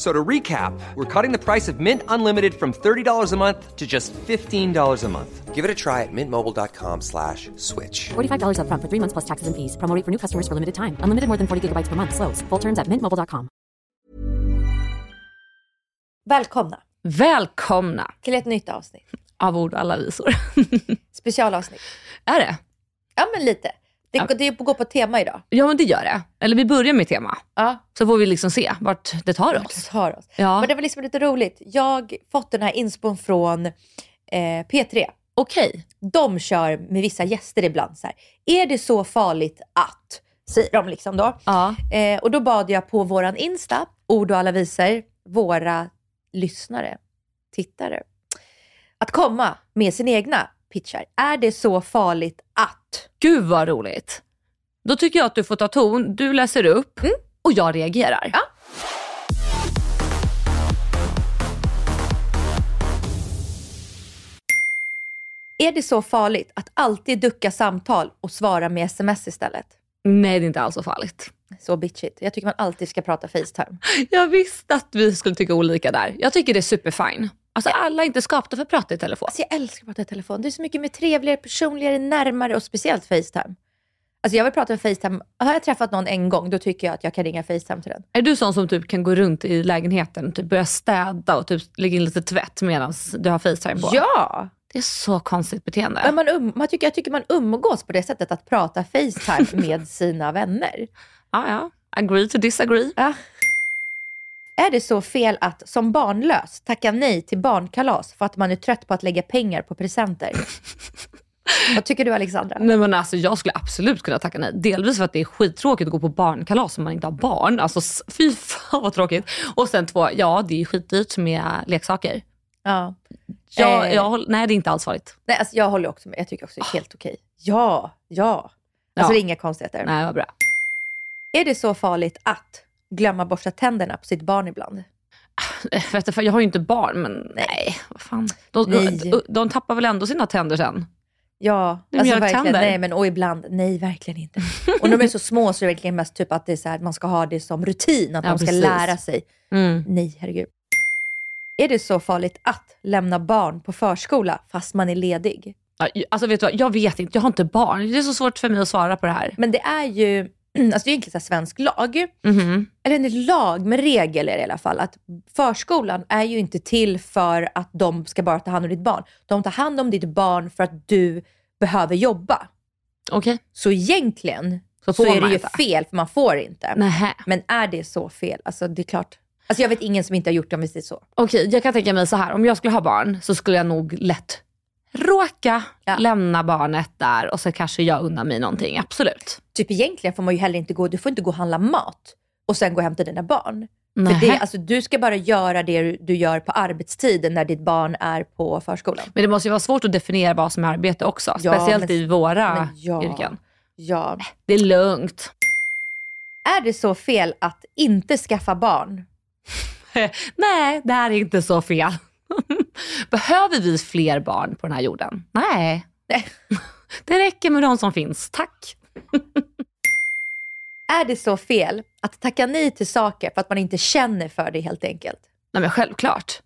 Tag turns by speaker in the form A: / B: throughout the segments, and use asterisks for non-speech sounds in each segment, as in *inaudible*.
A: So to recap, we're cutting the price of Mint Unlimited from $30 a month to just $15 a month. Give it a try at mintmobile.com slash switch.
B: $45 up front for three months plus taxes and fees. Promote for new customers for limited time. Unlimited more than 40 gigabytes per month. Slows. Full terms at mintmobile.com.
C: Välkomna
D: Välkomna
C: till ett nytt avsnitt.
D: av ord och alla visor. *laughs*
C: Specialavsnitt.
D: är det?
C: Ja, men lite. Det, det går på tema idag.
D: Ja men det gör det. Eller vi börjar med tema,
C: Ja.
D: så får vi liksom se vart det tar oss.
C: Tar oss.
D: Ja.
C: Men det var liksom lite roligt. Jag fått den här inspon från eh, P3.
D: Okej.
C: De kör med vissa gäster ibland så här. Är det så farligt att? Säger de liksom då.
D: Ja.
C: Eh, och då bad jag på våran Insta, ord och alla visor, våra lyssnare, tittare, att komma med sina egna pitchar. Är det så farligt att?
D: Gud vad roligt. Då tycker jag att du får ta ton. Du läser upp och jag reagerar.
C: Ja. Är det så farligt att alltid ducka samtal och svara med sms istället?
D: Nej det är inte alls så farligt.
C: Så bitchigt. Jag tycker man alltid ska prata Facetime.
D: Jag visste att vi skulle tycka olika där. Jag tycker det är superfine. Alltså alla är inte skapta för att prata i telefon.
C: Alltså jag älskar att prata i telefon. Det är så mycket mer trevligare, personligare, närmare och speciellt Facetime. Alltså jag vill prata med Facetime. Har jag träffat någon en gång, då tycker jag att jag kan ringa Facetime till den.
D: Är du sån som typ kan gå runt i lägenheten, typ börja städa och typ lägga in lite tvätt medan du har Facetime på?
C: Ja!
D: Det är så konstigt beteende.
C: Men Man um, man tycker, jag tycker man umgås på det sättet, att prata Facetime med sina vänner.
D: Ja, ja. Agree to disagree.
C: Ja. Är det så fel att som barnlös tacka nej till barnkalas för att man är trött på att lägga pengar på
D: *laughs*
C: presenter? Vad tycker du Alexandra?
D: Nej men alltså jag skulle absolut kunna tacka nej. Delvis för att det är skittråkigt att gå på barnkalas om man inte har barn. Alltså s- fy fan vad tråkigt. Och sen två, ja det är ju skitdyrt med leksaker.
C: Ja.
D: Jag,
C: Eh.
D: jag, håll- nej det är inte alls farligt.
C: Nej, alltså jag håller också med. Jag tycker också det är helt okej. Ja, ja. Alltså
D: Ja.
C: det är inga konstigheter.
D: Nej vad bra.
C: Är det så farligt att glömma borsta tänderna på sitt barn ibland?
D: Eh, Vet du, *laughs* för jag har ju inte barn men nej, vad fan. De,
C: Nej.
D: de, de tappar väl ändå sina tänder sen?
C: Ja,
D: Det är
C: alltså
D: mjölktänder.
C: verkligen. Nej, men och ibland, nej verkligen inte. Och när de är så små så är det verkligen mest typ att det är så här, man ska ha det som rutin, att
D: Ja,
C: de ska
D: precis.
C: lära sig.
D: Mm.
C: Nej, herregud. Är det så farligt att lämna barn på förskola fast man är ledig?
D: Ja, ju- Alltså vet du vad, jag vet inte, jag har inte barn. Det är så svårt för mig att svara på det här.
C: Men det är ju, *clears throat* alltså det är egentligen så här svensk lag,
D: Mhm.
C: eller en lag med regler i alla fall, att förskolan är ju inte till för att de ska bara ta hand om ditt barn. De tar hand om ditt barn för att du behöver jobba.
D: Okej.
C: Så egentligen
D: Så
C: så,
D: får
C: är det
D: man
C: ju
D: inte.
C: fel, för man får inte.
D: Nähä.
C: Men är det så fel? Alltså det är klart. Alltså jag vet ingen som inte har gjort det om vi säger så.
D: Okej, jag kan tänka mig så här. Om jag skulle ha barn så skulle jag nog lätt råka
C: Ja.
D: lämna barnet där och så kanske jag unnar mig någonting. Absolut.
C: Typ egentligen får man ju heller inte gå, du får inte gå och handla mat och sen gå och hämta dina barn.
D: Nähä.
C: För det, alltså, du ska bara göra det du- du gör på arbetstiden när ditt barn är på förskolan.
D: Men det måste ju vara svårt att definiera vad som är arbete också.
C: Ja,
D: speciellt
C: men-
D: i våra
C: men ja.
D: yrken.
C: Ja.
D: Det är lugnt. *laughs*
C: Är det så fel att inte skaffa barn?
D: Nej, det här är inte så fel. *laughs* Behöver vi fler barn på den här jorden? Nej.
C: Nej.
D: *laughs* Det räcker med de som finns, tack.
C: Är det så fel att tacka nej till saker för att man inte känner för det helt enkelt?
D: Nej men självklart.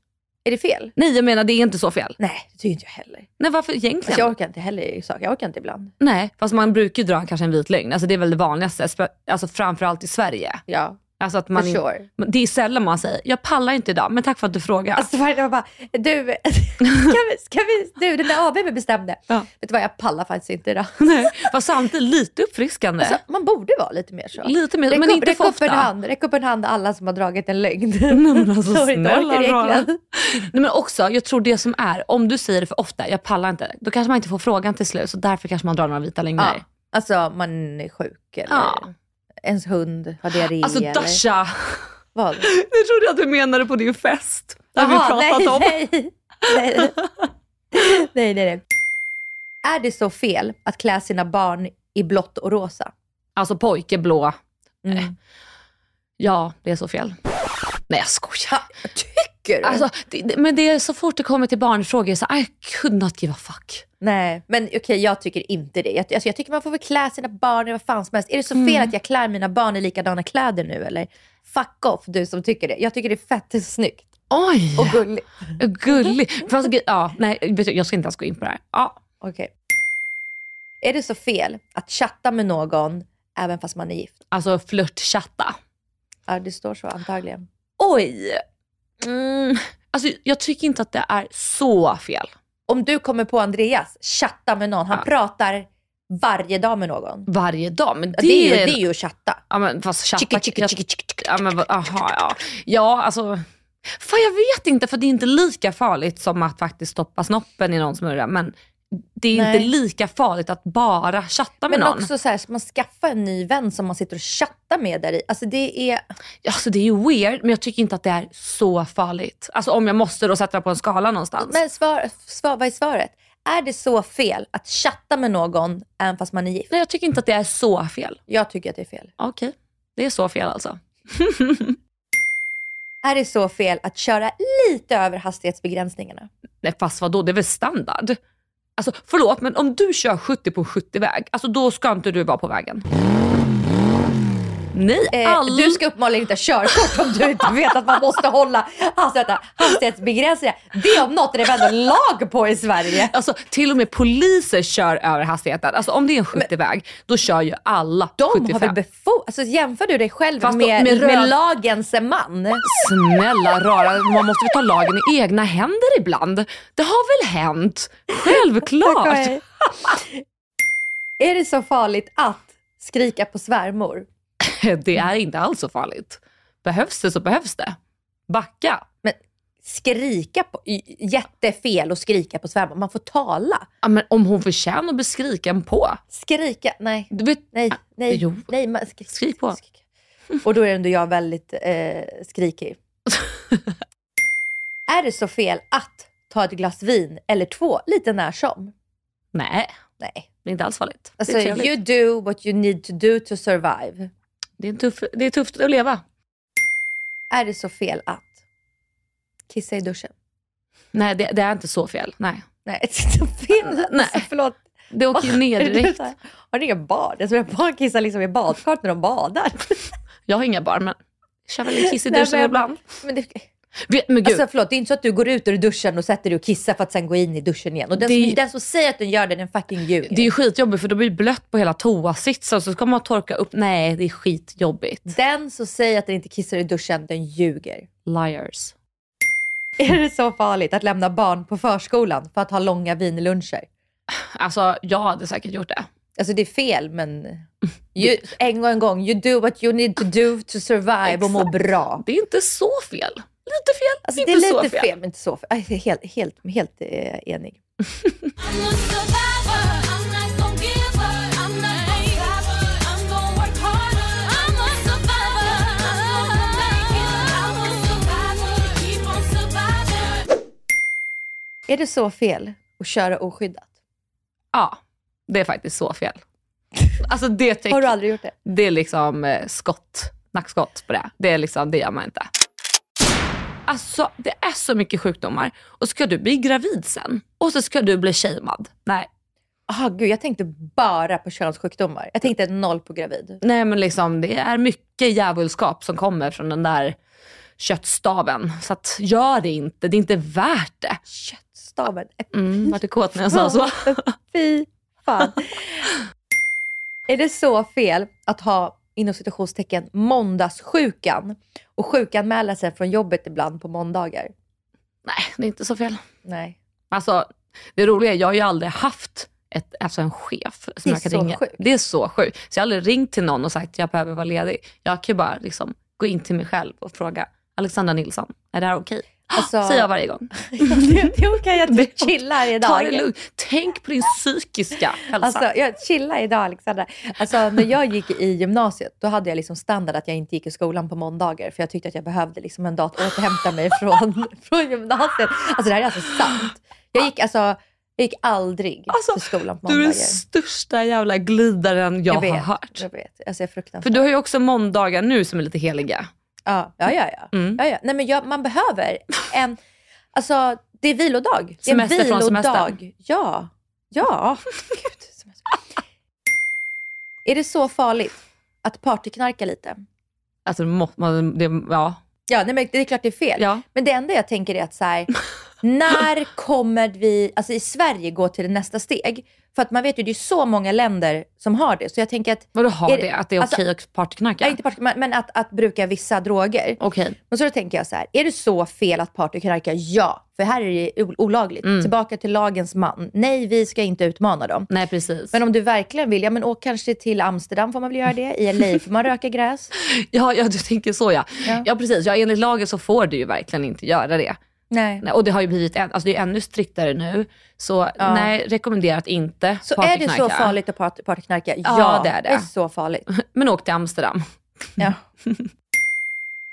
C: Är det fel?
D: Nej jag menar det är inte så fel.
C: Nej, det tycker inte jag heller.
D: Nej varför egentligen?
C: Alltså, jag orkar inte heller saker. Jag orkar inte ibland.
D: Nej, fast man brukar ju dra kanske en vit lögn. Alltså det är väl det vanligaste, spe- alltså framförallt i Sverige.
C: Ja.
D: Alltså att
C: For
D: man,
C: sure.
D: Det är sällan man säger, jag pallar inte idag, men tack för att du frågar.
C: Alltså Farida var bara, du, *laughs* ska vi, ska vi, du den där AWn vi bestämde.
D: Ja.
C: Vet du vad, jag pallar faktiskt inte idag.
D: *laughs* Nej, fast samtidigt lite uppfriskande.
C: Alltså, man borde vara lite mer så.
D: Eh. lite mer,
C: Räck
D: men
C: upp,
D: inte
C: räck
D: för
C: upp en
D: ofta.
C: hand, räck upp en hand alla som har dragit en lögn.
D: *laughs* Nej, men
C: *laughs*
D: alltså,
C: Sorry, inte
D: snälla
C: orkar
D: rara.
C: egentligen.
D: Nej, men också, jag tror det som är, om du säger det för ofta, jag pallar inte, då kanske man inte får frågan till slut, så därför kanske man drar några vita
C: Ja,
D: lögner.
C: alltså man är sjuk eller
D: Ja.
C: ens hund har diarré.
D: *gasps* Alltså
C: eller-
D: Dasha,
C: Vad?
D: *laughs* jag trodde att du menade på din fest. Det har vi
C: Jaha,
D: pratat
C: nej,
D: om.
C: Nej. Nej.
D: *laughs*
C: nej, nej, nej. Är det så fel att klä sina barn i blått och rosa? Mm.
D: Alltså pojke blå. Eh, Ja, det är så fel. Nej jag skojar.
C: Tycker du?
D: Alltså, det, det, men det är så fort det kommer till barnfrågor, så I could not give a fuck.
C: Nej, men okej jag tycker inte det. Jag, alltså, jag tycker man får väl klä sina barn i vad fan som helst. Är det så fel
D: Mm.
C: att jag klär mina barn i likadana kläder nu eller? Fuck off du som tycker det. Jag tycker det är fett snyggt
D: Oj,
C: och gulligt.
D: gullig. Fast, gud, ja, nej, vet du, jag ska inte ens gå in på det här. Ja.
C: Okej. Är det så fel att chatta med någon även fast man är gift?
D: Alltså flörtchatta.
C: Ja, det står så antagligen.
D: Oj! Mm. Alltså, jag tycker inte att det är så fel.
C: Om du kommer på Andreas, chatta med någon. Han
D: Ja.
C: pratar varje dag med någon.
D: Varje dag. Men det,
C: Det, det, är, ju, det
D: en-
C: är ju att chatta.
D: Ja, men fast chatta...
C: Chicka, chicka,
D: jag-
C: chicka, chicka, chicka.
D: Ja, men, vad- aha, ja. ja, alltså... Fan, jag vet inte, för det är inte lika farligt som att faktiskt stoppa snoppen i någon smurra. Men det är
C: Nej.
D: inte lika farligt att bara chatta med
C: Men
D: någon.
C: också så här, så man skaffar en ny vän som man sitter och chattar med där i. Alltså det är...
D: Alltså, det är ju weird, men jag tycker inte att det är så farligt. Alltså om jag måste då sätta det på en skala någonstans.
C: Men svar, svar, vad är svaret? Är det så fel att chatta med någon även fast man är gift?
D: Nej, jag tycker inte att det är så fel.
C: Jag tycker att det är fel.
D: Okej, det är så fel alltså.
C: Är det så fel att köra lite över hastighetsbegränsningarna?
D: Nej fast vadå, det är väl standard? Alltså förlåt men om du kör 70 på en 70-väg, alltså då ska inte du vara på vägen. Nej,
C: Eh,
D: all...
C: Du ska uppenbarligen inte ha körkort om du inte vet att man måste hålla hastigheterna. hastighetsbegränsningar. Det om något är det väl ändå lag på i Sverige.
D: Alltså till och med poliser kör över hastigheten. Alltså om det är en 70-väg, då kör ju alla
C: De
D: 75.
C: har väl befo- alltså, Jämför du dig själv
D: Fast då-
C: med,
D: med
C: med,
D: röd-
C: lagens man?
D: Snälla rara, man måste väl ta lagen i egna händer ibland. Det har väl hänt?
C: *laughs*
D: Självklart!
C: är det så farligt att skrika på svärmor?
D: det är inte alls så farligt. Behövs det så behövs det. Backa.
C: Men skrika på, j- jättefel att skrika på svärmor. Man får tala.
D: Ja, men om hon förtjänar att bli skriken på.
C: Skrika, nej.
D: Du vet,
C: Nej, nej,
D: Ah, jo.
C: nej. Man, skri-
D: Skrik på.
C: Och då är ändå jag väldigt eh,
D: *laughs*
C: skrikig. är det så fel att ta ett glas vin eller två lite när som?
D: Nej,
C: Nej.
D: det är inte alls farligt.
C: Alltså,
D: det, är trevligt.
C: you do what you need to do to survive.
D: det, är en tuff, det är tufft att leva.
C: Är det så fel att kissa i duschen?
D: Nej, det, det är inte så fel. Nej.
C: Nej, *laughs* det är så fel.
D: Nej.
C: Alltså, förlåt.
D: Det åker ju ner
C: Är det
D: direkt.
C: så här? Har ni inga bad? Alltså, mina barn kissar liksom i badkaret när de badar.
D: Jag har inga barn, men kör väl en kiss i
C: Nej,
D: duschen
C: men-
D: ibland.
C: *laughs* Men det,
D: Vi- Men gud,
C: alltså förlåt, det är inte så att du går ut ur duschen och sätter dig och kissar för att sen gå in i duschen igen. Och den,
D: Det-
C: som, den som säger att den gör det, den fucking ljuger.
D: det är ju skitjobbigt för då blir det blött på hela toasitsen så ska man torka upp. Nej, det är skitjobbigt.
C: Den som säger att den inte kissar i duschen, den ljuger.
D: Liars.
C: *laughs* Är det så farligt att lämna barn på förskolan för att ha långa vinluncher?
D: Alltså, jag hade säkert gjort det.
C: Alltså det är fel, men you, en gång en gång, you do what you need to do to survive och må bra.
D: Det är inte så fel. Lite fel,
C: Alltså,
D: inte
C: det är
D: så
C: lite
D: fel.
C: fel. men inte så fel. Aj, jag är Helt, helt, helt eh, enig.
E: I'm a survivor. I'm not gon' give up. I'm not gon' stop. I'm gon' work harder. I'm a survivor. I'm not gon' make it. I'm a survivor. Keep on surviving.
C: Är det så fel att köra oskyddat?
D: Ja, det är faktiskt
C: *laughs*
D: så fel. Alltså det tycker
C: Har du aldrig gjort det?
D: Det är liksom eh, skott, nackskott på det. Det, är liksom, det gör man inte. Alltså det är så mycket sjukdomar och ska du bli gravid sen och så ska du bli shamed. Nej,
C: Ah, gud, jag tänkte bara på könssjukdomar. Jag tänkte noll på gravid.
D: nej men liksom det är mycket djävulskap som kommer från den där köttstaven. Så att, gör det inte, det är inte värt det.
C: Köttstaven.
D: Mm, vart du kåt när jag
C: *laughs*
D: sa så?
C: Fy fan. är det så fel att ha inom citationstecken, måndagssjukan och sjukanmäla sig från jobbet ibland på måndagar.
D: Nej, det är inte så fel.
C: Nej.
D: Alltså, det roliga är, jag har ju aldrig haft ett, alltså en chef som
C: Det är
D: jag kan
C: så
D: ringa.
C: sjukt.
D: Det är så sjukt. Så jag har aldrig ringt till någon och sagt att jag behöver vara ledig. Jag kan ju bara liksom, gå in till mig själv och fråga Alexandra Nilsson, är det här okej?
C: Alltså-
D: Säger jag
C: *laughs*
D: varje gång.
C: Jo, kan jag typ
D: Det-
C: chilla idag?
D: Ta det lugnt. Tänk på din psykiska hälsa.
C: Alltså, jag chilla idag Alexandra. Alltså, när jag gick i gymnasiet, då hade jag liksom standard att jag inte gick i skolan på måndagar. För jag tyckte att jag behövde liksom en dag att återhämta mig från, *laughs* från gymnasiet. Alltså det här är alltså sant. Jag gick, alltså, jag gick aldrig
D: Alltså,
C: till skolan på
D: du är
C: måndagar.
D: den största jävla glidaren jag,
C: vet,
D: har hört.
C: Jag vet, alltså jag är fruktansvärt.
D: För du har ju också måndagar nu som är lite heliga.
C: Ja, ja, ja. ja.
D: Mm.
C: ja, ja. Nej, men jag, man behöver en... Alltså, det är vilodag. Det är
D: Semester
C: en
D: från
C: vilodag.
D: semestern.
C: Ja. Ja. Gud, semester. är det så farligt att partyknarka lite?
D: Alltså, må, man, det, ja.
C: Ja, nej, men det är klart det är fel.
D: Ja.
C: Men det enda jag tänker är att så här, när kommer vi, alltså i Sverige, gå till nästa steg? För att man vet ju, det är så många länder som har det. Så jag tänker att,
D: Vadå har
C: Är
D: det,
C: det-
D: Att det är
C: alltså-
D: okej att partyknarka?
C: ja. inte party, men men att, att bruka vissa droger.
D: Okej.
C: Men så då tänker jag så här, är det så fel att partyknarka? Ja, för här är det o- olagligt.
D: Mm.
C: Tillbaka till lagens man. Nej, vi ska inte utmana dem.
D: Nej, precis.
C: Men om du verkligen vill, ja men åk kanske till Amsterdam får man väl göra det. I LA får man röka gräs.
D: Ja, ja, du tänker så ja. Ja,
C: Ja.
D: precis. Ja, enligt lagen så får du ju verkligen inte göra det.
C: Nej.
D: *laughs* Nej, Och det har ju blivit än, alltså det är ännu striktare nu. Så
C: Ja.
D: nej, rekommenderat inte
C: Så är det
D: partyknarka.
C: så farligt att part- partyknarka? Ja,
D: det är det.
C: Det är så farligt.
D: Men åk till Amsterdam.
C: Ja.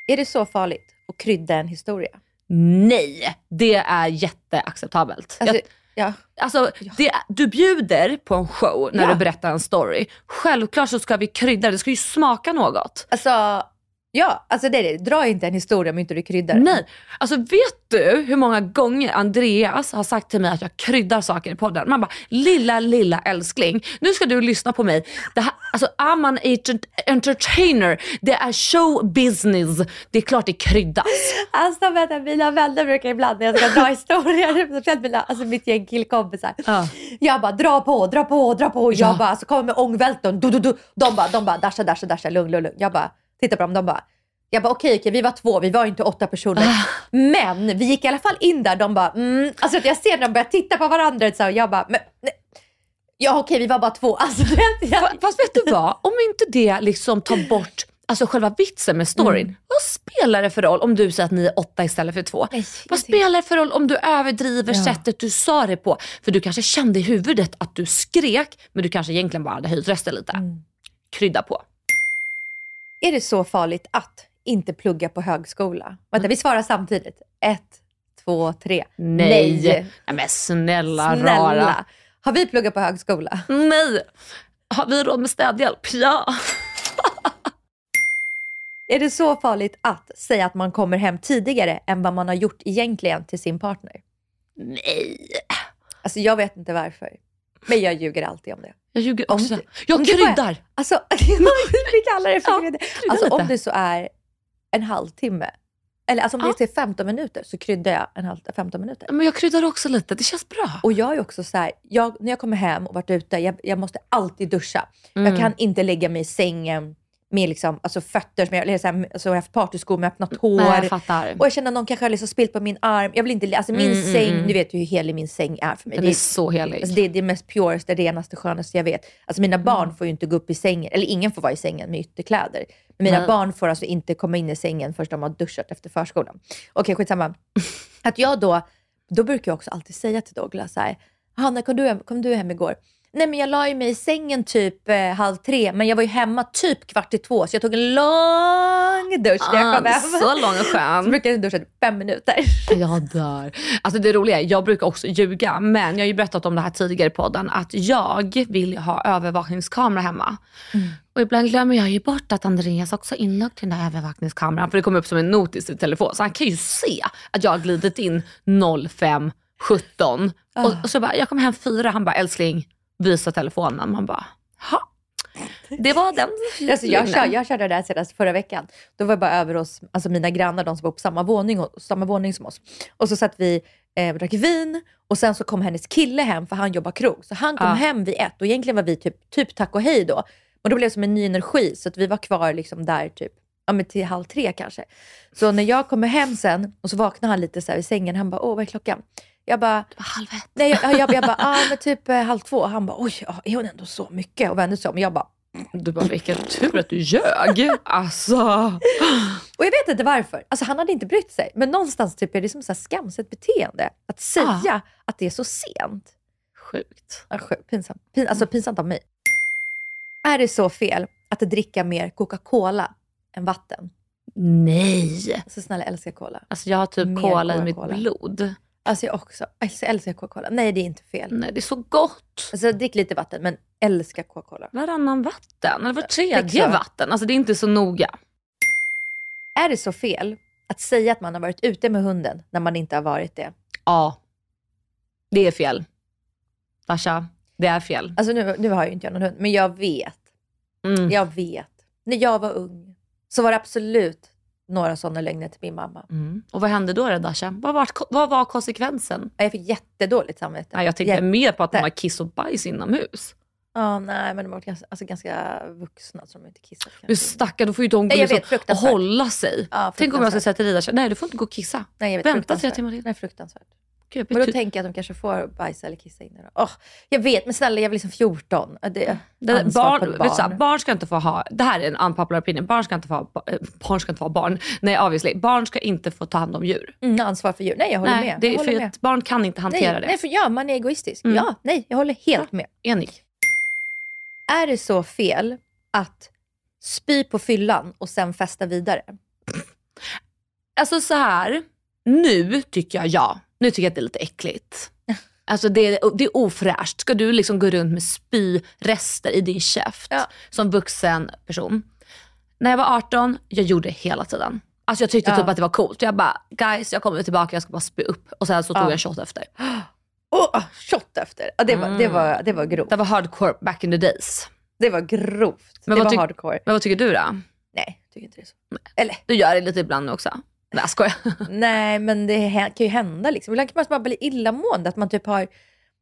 C: är det så farligt att krydda en historia?
D: Nej, det är jätteacceptabelt.
C: Alltså,
D: Jag-
C: ja.
D: Alltså, det, du bjuder på en show när
C: Ja.
D: du berättar en story. Självklart så ska vi krydda, det ska ju smaka något.
C: Alltså, ja, alltså det är det. Dra inte en historia om inte du kryddar den.
D: Nej, alltså vet du hur många gånger Andreas har sagt till mig att jag kryddar saker i podden? Man bara, lilla lilla älskling, nu ska du lyssna på mig. Det här, alltså är man enter- entertainer, det är show business, det är klart det kryddas.
C: Alltså vänta, mina vänner brukar ibland när jag ska
D: *laughs*
C: dra historier, speciellt mina, alltså mitt gäng killkompisar.
D: Ja.
C: Jag bara dra på, dra på, dra på. Jag
D: Ja.
C: bara alltså, kommer med ångvälten. Du, du, du. De bara, de bara dasha, dasha, dasha, lugn, lugn, lugn. Jag bara tittar på dem, de bara jag bara okej, okej, vi var två, vi var inte åtta personer.
D: Ah.
C: Men vi gick i alla fall in där, de bara mm. Alltså att jag ser när de börjar titta på varandra så här, och jag bara, men, nej. ja okej vi var bara två. Alltså, det, jag,
D: Fa- Fast vet du vad, om inte det liksom tar bort Alltså själva vitsen med storyn. Vad spelar det för roll om du säger att ni är åtta istället för två?
C: Nej,
D: Vad
C: jag tycker-
D: spelar det för roll om du överdriver
C: Ja.
D: sättet du sa det på? För du kanske kände i huvudet att du skrek, men du kanske egentligen bara hade höjt rösten lite.
C: Mm.
D: Krydda på.
C: Är det så farligt att inte plugga på högskola? Vänta,
D: Mm.
C: vi svarar samtidigt. Ett, två, tre.
D: Nej. Nej. men snälla, rara.
C: Snälla. Har vi pluggat på högskola?
D: Nej. Har vi råd med städhjälp? Ja.
C: Är det så farligt att säga att man kommer hem tidigare än vad man har gjort egentligen till sin partner?
D: Nej.
C: Alltså jag vet inte varför. Men jag ljuger alltid om det.
D: Jag ljuger
C: Om
D: också.
C: du-
D: Jag
C: om du
D: kryddar.
C: bara- Alltså, *laughs* vi kallar det
D: Ja,
C: för krydda. Alltså
D: lite.
C: om det så är en halvtimme, eller alltså om
D: Ja.
C: det är till 15 minuter så kryddar jag en halv, 15 minuter.
D: Men jag kryddar också lite, det känns bra.
C: Och jag är också så här, jag, när jag kommer hem och varit ute, jag, jag måste alltid duscha.
D: Mm.
C: Jag kan inte lägga mig i sängen med liksom, alltså fötter, som jag, eller så här, alltså, jag har haft partyskor med öppnat hår.
D: Nej, jag fattar.
C: och jag känner att någon kanske har liksom spilt på min arm. Jag vill inte, alltså min
D: Mm, mm,
C: säng,
D: mm.
C: du vet ju hur helig min säng är för mig.
D: Den
C: Det
D: är
C: är-
D: så helig.
C: Alltså det är det mest pureste, renaste, skönaste jag vet. Alltså mina barn
D: Mm.
C: får ju inte gå upp i sängen, eller ingen får vara i sängen med ytterkläder. Men mina
D: Nej.
C: barn får alltså inte komma in i sängen förrän de har duschat efter förskolan. Okej,
D: *laughs*
C: skitsamma. Att jag då, då brukar jag också alltid säga till Douglas så här, Hanna kom du hem, kom du hem igår? Nej men jag la ju mig i sängen typ eh, halv tre, men jag var ju hemma typ kvart i två, så jag tog en lång dusch när jag kom
D: Ah,
C: hem.
D: så lång och skön.
C: Så brukar jag duscha typ fem minuter.
D: *laughs* Jag dör. Alltså det roliga är, jag brukar också ljuga, men jag har ju berättat om det här tidigare i podden, att jag vill ha övervakningskamera hemma.
C: Mm.
D: Och ibland glömmer jag ju bort att Andreas också är inlogg till den där övervakningskameran, för det kommer upp som en notis i telefon. Så han kan ju se att jag har glidit in 05.17
C: Ah.
D: och, och så bara, jag kommer hem fyra, han bara, älskling, visa telefonen. Man bara, ha. Det var den
C: Alltså jag, kör,
D: lögnen.
C: jag körde det där senast förra veckan. Då var jag bara över hos alltså mina grannar, de som bor på samma våning, och, samma våning som oss. Och så satt vi eh, och drack vin och sen så kom hennes kille hem för han jobbar krog. Så han kom
D: Ja.
C: hem vid ett och egentligen var vi typ, typ tack och hej då. Men då blev det som en ny energi, så att vi var kvar liksom där typ ja, men till halv tre kanske. Så när jag kommer hem sen och så vaknar han lite så här i sängen, han bara, åh vad är klockan? Jag bara,
D: Halv ett.
C: nej, jag, jag,
D: *laughs*
C: jag bara, ah, men typ eh, halv två. Han bara, oj, ja, är hon ändå så mycket? Och vände sig om. Jag bara,
D: Du bara, vilken tur att du ljög. Alltså.
C: Och jag vet inte varför. Alltså han hade inte brytt sig. Men någonstans typ är det som så här skamset beteende. Att säga att det är så sent.
D: Sjukt.
C: Ah, sjukt. Pinsamt. Pin, alltså pinsamt av mig. Är det så fel att dricka mer Coca-Cola än vatten?
D: Nej.
C: Alltså snälla, jag älskar cola.
D: Alltså jag har typ
C: Mer
D: cola i mitt
C: Coca-Cola.
D: blod.
C: Alltså jag också. Alltså, jag älskar Coca-Cola. Nej, det är inte fel.
D: Nej, det är så gott.
C: Alltså drick lite vatten, men älskar Coca-Cola.
D: Varannan vatten, eller var tredje
C: Exakt.
D: vatten. Alltså det är inte så noga.
C: Är det så fel att säga att man har varit ute med hunden när man inte har varit det?
D: Ja, det är fel. Dasha, det är fel.
C: Alltså nu, nu har jag ju inte jag någon hund, men jag vet
D: Mm.
C: Jag vet. När jag var ung så var det absolut några sådana lögner till min mamma.
D: Mm. Och vad hände då då Dasha? Vad var, vad var konsekvensen?
C: Ja, Jag fick jättedåligt samvete.
D: Ja, jag tänkte
C: Jätte-
D: mer på att de har kiss och bajs inomhus.
C: Ja, nej, men de var ganska, alltså, ganska vuxna som inte kissat. kanske.
D: Men stackar, då får ju de gå
C: Nej, jag vet,
D: liksom och
C: fruktansvärt.
D: hålla sig.
C: Ja,
D: Tänk om jag ska
C: fruktansvärt.
D: säga till dig Dasha, nej du får inte gå och kissa.
C: Nej, jag vet,
D: Vänta
C: fruktansvärt.
D: tre timmar till.
C: Nej, fruktansvärt.
D: Gud,
C: Men då
D: betyder-
C: tänker jag att de kanske får bajsa eller kissa inne då. Åh, jag vet, men snälla jag var liksom 14. Ja, Det,
D: Mm. Det där,
C: ansvar
D: barn,
C: på
D: barn. Vet du, så här, barn ska inte få ha, det här är en unpopular opinion, barn ska inte få ha, eh, barn ska inte få ha barn. Nej obviously, barn ska inte få ta hand om djur.
C: Mm, ansvar för djur. Nej, jag håller
D: Nej,
C: med.
D: det,
C: jag
D: är
C: håller
D: för
C: med.
D: att barn kan inte hantera
C: Nej,
D: det. Mm.
C: nej, för ja, man är egoistisk. Ja, nej, jag håller helt med.
D: Enig.
C: Är det så fel att spy på fyllan och sen festa vidare?
D: Alltså så här, nu tycker jag ja. Nu tycker jag att det är
C: *laughs*
D: lite äckligt. Alltså det är, det är ofräscht. Ska du liksom gå runt med spyrester i din käft
C: Ja.
D: som vuxen person? När jag var 18, jag gjorde det hela tiden. Alltså jag tyckte
C: Ja.
D: typ att det var coolt. Jag bara, guys jag kommer tillbaka, jag ska bara spy upp. Och sen så tog
C: Ja.
D: jag en shot efter.
C: Åh, ah, shot efter. Ja, det, var,
D: Mm.
C: det, var, det var grovt.
D: Det var hardcore back in the days.
C: Det var grovt.
D: Men
C: det
D: vad
C: var
D: tyck-
C: hardcore.
D: Men vad tycker du då?
C: Nej, jag tycker inte det är så. *laughs* Eller
D: Du gör det lite ibland nu också. Nej jag skojar.
C: nej, men det hä- kan ju hända liksom. Ibland kan man bara bli illamående. Att man typ har...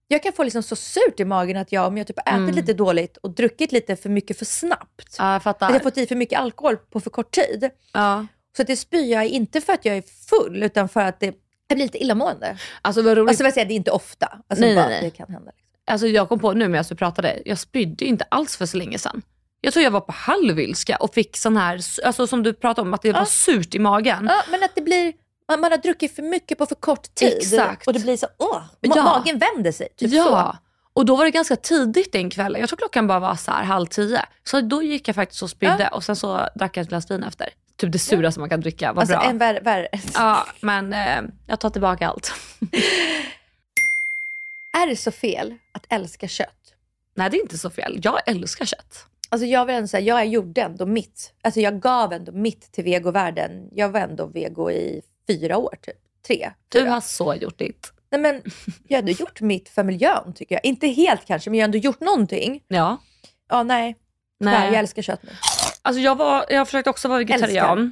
C: Jag kan få liksom så surt i magen att jag, om jag typ har ätit lite dåligt och druckit lite för mycket för snabbt.
D: Mm. Ja jag
C: Att
D: fattar.
C: jag fått i för mycket alkohol på för kort tid.
D: Ja.
C: Så att det spyr jag inte för att jag är full, utan för att det, jag blir lite illamående.
D: Alltså vad roligt.
C: Alltså vad jag säger, det är inte ofta. Alltså,
D: Nej,
C: bara,
D: nej, nej.
C: Det kan hända. Liksom.
D: Alltså jag kom på nu medan vi pratade, jag spydde ju inte alls för så länge sedan. Jag tror jag var på halvilska och fick sån här, alltså som du pratade om, att det var surt i magen.
C: Ja, men att det blir, man, man har druckit för mycket på för kort tid.
D: Exakt.
C: Och det blir så, åh, ma-
D: Ja.
C: magen vänder sig. Typ så.
D: ja, och då var det ganska tidigt den kvällen. Jag tror klockan bara var så här halv tio. Så då gick jag faktiskt och spydde och sen så drack jag ett glas vin efter. Typ det suraste man kan dricka, vad
C: Alltså
D: bra.
C: en värre, värre. *laughs*
D: Ja, men eh, jag tar tillbaka allt. *laughs*
C: Är det så fel att älska kött?
D: Nej det är inte så fel, jag älskar kött.
C: Alltså jag vill ändå säga, jag gjorde ändå mitt. Alltså jag gav ändå mitt till vegovärlden. Jag var ändå vego i fyra år typ. Tre,
D: Du
C: fyra.
D: har så gjort ditt.
C: Nej men jag har ändå gjort mitt för miljön tycker jag. Inte helt kanske, men jag har ändå gjort någonting.
D: Ja.
C: Ja, nej.
D: Nej.
C: Tyvärr, jag älskar kött nu.
D: Alltså jag, var, jag försökte också vara vegetarian.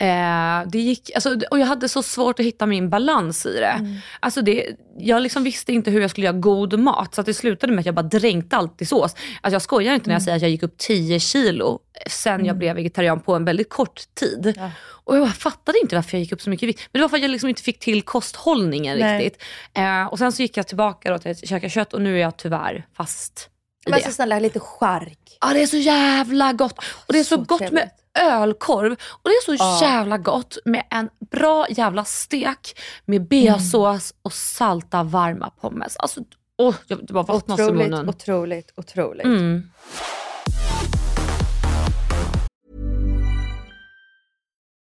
D: Eh, det gick, alltså, och jag hade så svårt att hitta min balans i det.
C: Mm.
D: Alltså det jag liksom visste inte hur jag skulle göra god mat så att det slutade med att jag bara dränkte allt i sås. Alltså jag skojar inte när jag
C: Mm.
D: säger att jag gick upp 10 kilo sen jag blev vegetarian på en väldigt kort tid.
C: Ja.
D: Och jag bara fattade inte varför jag gick upp så mycket i vikt. Men det var för att jag liksom inte fick till kosthållningen
C: Nej.
D: riktigt. Eh, och sen så gick jag tillbaka då till att käka kött och nu är jag tyvärr fast i
C: Men
D: det.
C: alltså snälla, lite chark.
D: Ja, det är så jävla gott. Och det är så,
C: Så
D: gott med
C: trevligt.
D: ölkorv. Och det är så
C: Ja.
D: jävla gott med en bra jävla stek med
C: Mm.
D: beasås och salta varma pommes. Alltså, åh, jag- det bara vattnas i
C: Otroligt,
D: munnen.
C: otroligt, otroligt.
D: Mm.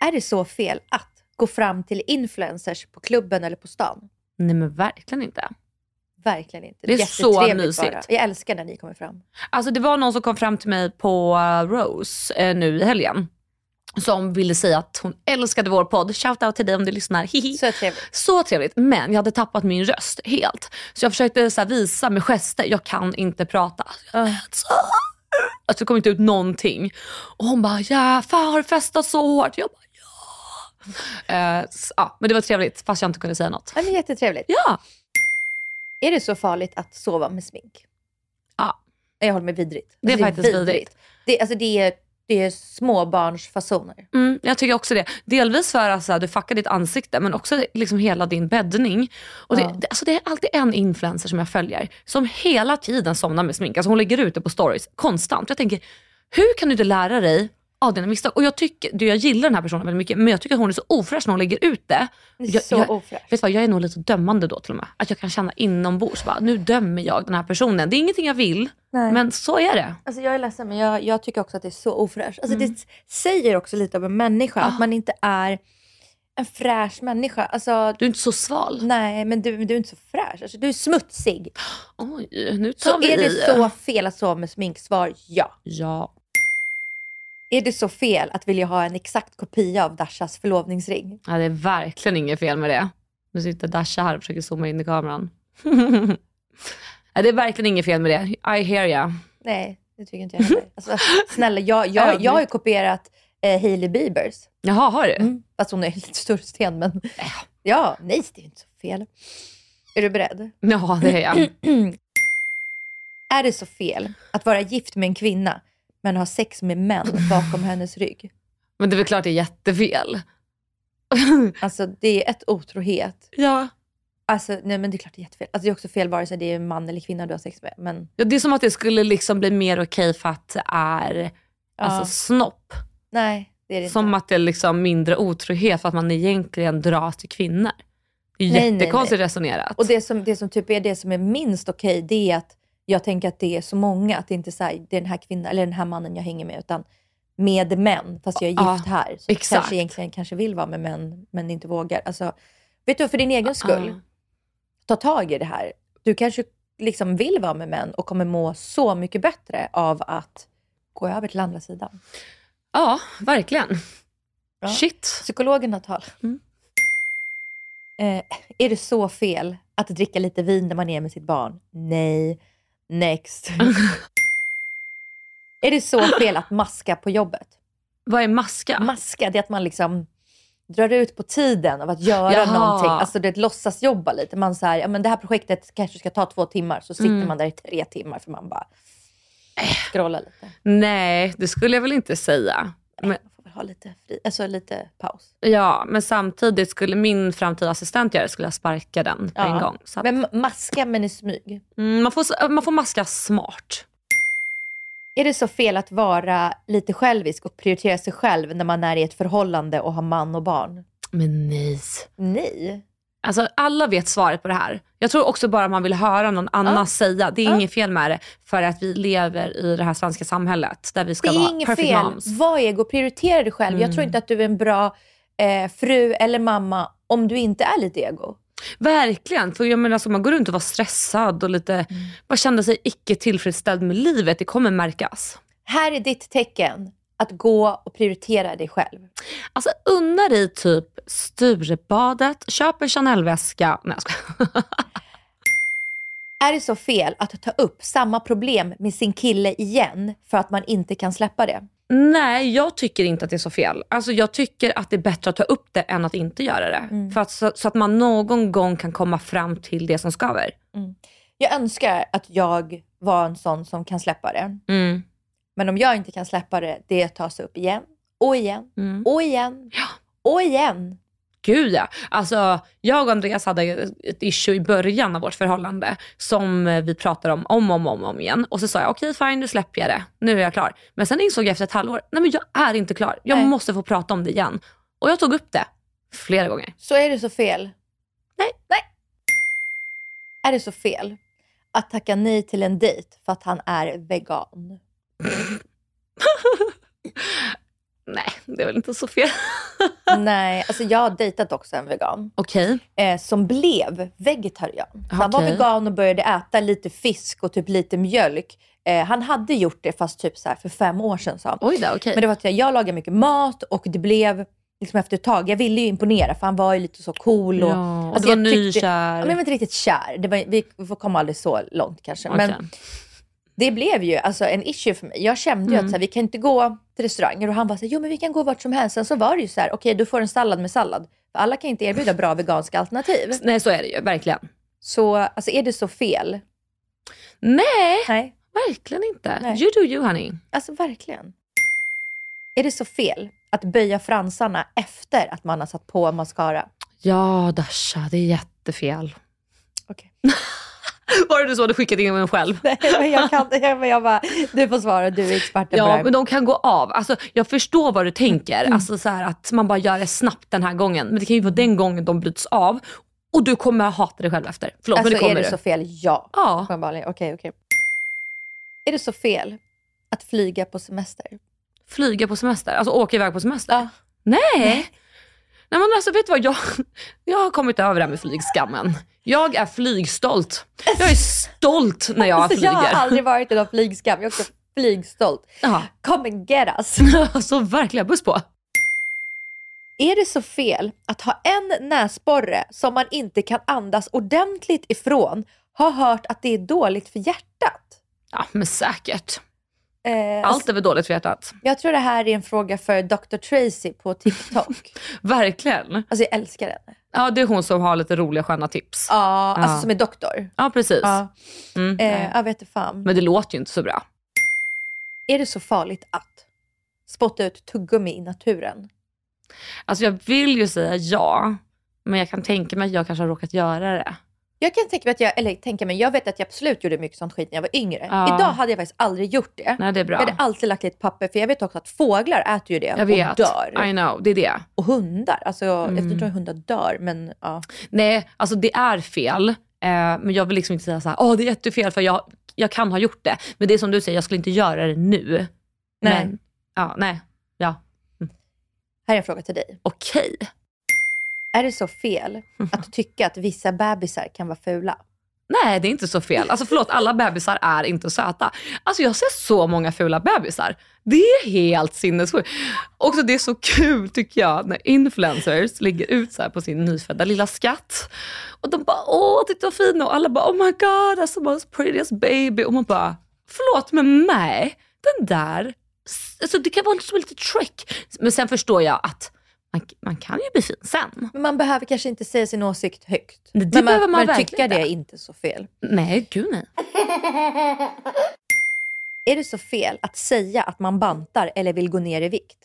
C: Är det så fel att gå fram till influencers på klubben eller på stan?
D: Nej men verkligen inte.
C: Verkligen inte.
D: Det är så
C: Jättetrevligt
D: mysigt.
C: bara. Jag älskar när ni kommer fram.
D: Alltså det var någon som kom fram till mig på eh, Rose eh, nu i helgen. Som ville säga att hon älskade vår podd. Shout out till dig om du lyssnar. Hihi.
C: Så trevligt.
D: Så trevligt, men jag hade tappat min röst helt. Så jag försökte så här, visa med gester, jag kan inte prata. Jag lät så här. Alltså det kom inte ut någonting. Och hon bara, ja, fan har du festat så hårt? Jag bara, ja. Eh, s- ja. Men det var trevligt, fast jag inte kunde säga något.
C: Ja, men jättetrevligt.
D: Ja,
C: Är det så farligt att sova med smink?
D: Ja.
C: Nej, Jag håller med vidrigt.
D: Det är faktiskt vidrigt.
C: Det, alltså det, är, det är småbarnsfasoner.
D: mm, jag tycker också det. Delvis för att så här, du fuckar ditt ansikte, men också liksom hela din bäddning. Och det,
C: Ja.
D: det, alltså, det är alltid en influencer som jag följer, som hela tiden somnar med smink. Alltså, hon lägger ut det på stories konstant. Jag tänker, hur kan du inte lära dig av dina misstag? Och jag, tycker, du, jag gillar den här personen väldigt mycket, men jag tycker att hon är så ofräsch när hon lägger ut det.
C: Det är
D: Jag-
C: så
D: jag-
C: ofräscht.
D: Vet du vad, jag är nog lite dömande då till och med. Att jag kan känna inombords, bara, nu dömer jag den här personen. Det är ingenting jag vill,
C: Nej.
D: men så är det.
C: Alltså jag är ledsen men jag, jag tycker också att det är så ofräscht. Alltså
D: Mm.
C: Det säger också lite om en människa,
D: Ah.
C: att man inte är en fräsch människa. Alltså,
D: Du är inte så sval.
C: nej, men du, du är inte så fräsch. Alltså, du är smutsig.
D: Oj, nu tar
C: Så
D: vi
C: är det
D: i.
C: så fel att sova med smink? Svar ja.
D: Ja.
C: Är det så fel att vilja ha en exakt kopia av Dashas förlovningsring?
D: ja, det är verkligen inget fel med det. Nu sitter Dasha här och försöker zooma in i kameran. *laughs* ja, det är verkligen inget fel med det. I hear ya.
C: Nej, det tycker inte jag heller. Alltså, snälla, jag, jag, jag har ju kopierat eh, Hailey Biebers.
D: Jaha, har du?
C: Fast hon är lite större sten, men ja, nej, det är inte så fel. Är du beredd?
D: Ja, det är
C: *laughs*
D: jag.
C: Är det så fel att vara gift med en kvinna men ha sex med män bakom hennes rygg?
D: Men det är väl klart det är jättefel. *laughs*
C: Alltså det är ett otrohet.
D: Ja.
C: Alltså nej men det är klart det är jättefel. Alltså det är också fel vare sig det är en man eller kvinna du har sex med. Men
D: ja. Det är som att det skulle liksom bli mer okej för att det är alltså, snopp.
C: nej, det är det
D: Som
C: inte.
D: att det är liksom mindre otrohet för att man egentligen dras till kvinnor. Det är
C: Nej, nej,
D: jättekonstigt
C: nej.
D: resonerat.
C: Och det som, det som typ är det som är minst okej, det är att jag tänker att det är så många. Att det inte är, så här, det är den här kvinnan eller den här mannen jag hänger med, utan med män. Fast jag är
D: Ja,
C: gift här. Så
D: exakt.
C: kanske egentligen kanske vill vara med män, men inte vågar. Alltså, vet du, för din egen skull.
D: Ja.
C: ta tag i det här. Du kanske liksom vill vara med män och kommer må så mycket bättre av att gå över till andra sidan.
D: Ja, verkligen.
C: Ja.
D: Shit.
C: Psykologen har talat.
D: Mm.
C: Eh, är det så fel att dricka lite vin när man är med sitt barn? Nej.
D: *laughs*
C: Next. är det så fel att maska på jobbet?
D: Vad är maska?
C: Maska, det är att man liksom drar ut på tiden av att göra
D: Jaha.
C: någonting. Alltså det låtsas jobba lite. Man säger, ja men det här projektet kanske ska ta två timmar. Så sitter
D: Mm.
C: man där i tre timmar för man bara
D: Äh.
C: scrollar lite.
D: Nej, det skulle jag väl inte säga. Men,
C: Man får väl ha lite, fri, alltså lite paus.
D: ja, men samtidigt skulle min framtida assistent göra det, skulle jag sparka den på en
C: Ja.
D: gång. Så att,
C: Men ma- maska men i smyg.
D: mm, man, får, man får maska smart.
C: Är det så fel att vara lite självisk och prioritera sig själv när man är i ett förhållande och har man och barn?
D: Men nej.
C: Nej.
D: Alltså alla vet svaret på det här. Jag tror också bara man vill höra någon annan säga, det är
C: Ja.
D: inget fel med det, för att vi lever i det här svenska samhället där vi
C: Det
D: ska
C: är
D: vara
C: inget
D: perfect
C: fel.
D: moms.
C: Var ego och prioritera dig själv. Jag tror inte att du är en bra eh, fru eller mamma om du inte är lite ego.
D: Verkligen, för jag menar så man går runt och var stressad och lite,
C: Mm.
D: bara kände sig icke tillfredsställd med livet, det kommer märkas.
C: Här är ditt tecken att gå och prioritera dig själv.
D: Alltså unna dig typ Sturebadet, köp en Chanel-väska. Nej jag skojar. *laughs*
C: Är det så fel att ta upp samma problem med sin kille igen för att man inte kan släppa det?
D: Nej, jag tycker inte att det är så fel. Alltså jag tycker att det är bättre att ta upp det än att inte göra det. För att, så, så att man någon gång kan komma fram till det som skaver.
C: Jag önskar att jag var en sån som kan släppa det.
D: Mm.
C: Men om jag inte kan släppa det, det tas upp igen och igen
D: Mm.
C: och igen och igen.
D: Gud ja. Alltså, jag och Andreas hade ett issue i början av vårt förhållande som eh, vi pratade om om och om, om, om igen. Och så sa jag, okej fine nu släpper jag det. Nu är jag klar. Men sen insåg jag efter ett halvår, nej men jag är inte klar. Jag
C: Nej.
D: måste få prata om det igen. Och jag tog upp det flera gånger.
C: Så är det så fel.
D: Nej.
C: Nej. Är det så fel att tacka nej till en dejt för att han är
D: *laughs*
C: vegan?
D: Nej, det är väl inte så fel.
C: nej, alltså jag har dejtat också en vegan.
D: Okej.
C: eh, som blev vegetarian. Så han var
D: Okej.
C: vegan och började äta lite fisk och typ lite mjölk. Eh, han hade gjort det fast typ så här för fem år sedan sa han.
D: Oj då, okej.
C: Men det var att jag, jag lagade mycket mat och det blev liksom efter ett tag, jag ville ju imponera för han var ju lite så cool. Och, alltså
D: Ja, och du var alltså,
C: jag tyckte-
D: nykär.
C: Ja, men jag var inte riktigt kär. Det var, vi, vi kom aldrig så långt kanske.
D: Okej.
C: Men det blev ju alltså, en issue för mig. Jag kände
D: Mm.
C: ju att så här, vi kan inte gå till restauranger och han var så här, jo men vi kan gå vart som helst. Sen så var det ju så här, okej du får en sallad med sallad. För alla kan inte erbjuda bra veganska alternativ.
D: Nej, så är det ju. Verkligen.
C: Så alltså, är det så fel?
D: Nej,
C: Nej.
D: verkligen inte.
C: Nej.
D: You do you honey.
C: Alltså verkligen. Är det så fel att böja fransarna efter att man har satt på mascara?
D: Ja, Dasha, det är jättefel.
C: Okej. *laughs*
D: Var det så du skickade in den själv?
C: Nej, men jag kan jag, men jag bara, du får svara, du är experten på det
D: Ja,
C: här.
D: men de kan gå av. Alltså, jag förstår vad du tänker.
C: Mm.
D: Alltså, så här, att man bara gör det snabbt den här gången. Men det kan ju vara den gången de bryts av och du kommer hata dig själv efter. Förlåt, men
C: Alltså
D: det kommer
C: är det
D: du.
C: så fel? Ja.
D: Ja.
C: Uppenbarligen. Okej, okej. Är det så fel att flyga på semester?
D: Flyga på semester, alltså åka iväg på semester.
C: Ja.
D: Nej! Nej men alltså vet du vad, jag, jag har kommit över det här med flygskammen. Jag är flygstolt. Jag är stolt när jag
C: Alltså, jag har
D: flyger.
C: aldrig varit i någon flygskam. Jag är också flygstolt.
D: Ja.
C: Come and get us.
D: *laughs* Så Alltså, verkligen buss på.
C: Är det så fel att ha en näsborre som man inte kan andas ordentligt ifrån har hört att det är dåligt för hjärtat?
D: Ja men säkert.
C: Eh,
D: Allt
C: alltså,
D: är väl dåligt för hjärtat.
C: jag tror det här är en fråga för Dr. Tracy på
D: *laughs*
C: TikTok.
D: Verkligen.
C: alltså jag älskar henne.
D: Ja det är hon som har lite roliga sköna tips.
C: Ja, alltså
D: Ja.
C: som är doktor.
D: Ja precis.
C: Ja,
D: Mm.
C: eh, jag vet inte fan.
D: Men det låter ju inte så bra.
C: Är det så farligt att spotta ut tuggummi i naturen?
D: Alltså jag vill ju säga ja, men jag kan tänka mig att jag kanske har råkat göra det.
C: Jag kan tänka mig att jag, eller tänka mig, jag vet att jag absolut gjorde mycket sånt skit när jag var yngre.
D: Ja.
C: Idag hade jag faktiskt aldrig gjort det.
D: Nej det är bra.
C: Jag hade alltid lagt i ett papper, för jag vet också att fåglar äter ju det
D: jag vet. Mm.
C: och dör.
D: I know, det är det.
C: och hundar. Alltså, Jag tror att hundar dör, men ja.
D: Nej, alltså det är fel. Eh, men jag vill liksom inte säga så här, åh det är jättefel för jag, jag kan ha gjort det. Men det är som du säger, jag skulle inte göra det nu.
C: Nej.
D: Men, ja, nej. Ja,
C: Här är en fråga till dig.
D: okej.
C: Är det så
D: *laughs*
C: fel att tycka att vissa bebisar kan vara fula?
D: Nej, det är inte så fel. Alltså förlåt, alla bebisar är inte söta. Alltså jag ser så många fula bebisar. Det är helt sinnessjukt. Också det är så kul tycker jag när influencers lägger ut så här på sin nyfödda lilla skatt. Och de bara, åh titta vad fin och alla bara, oh my god, that's the most prettiest baby. Och man bara, förlåt men nej, den där, alltså det kan vara som lite trick. Men sen förstår jag att man, man kan ju bli fin sen.
C: Men man behöver kanske inte säga sin åsikt högt.
D: Det
C: men
D: behöver man
C: men
D: verkligen
C: tycka det
D: inte.
C: är inte så fel.
D: Nej, gud nej.
C: Är det så fel att säga att man bantar eller vill gå ner i vikt?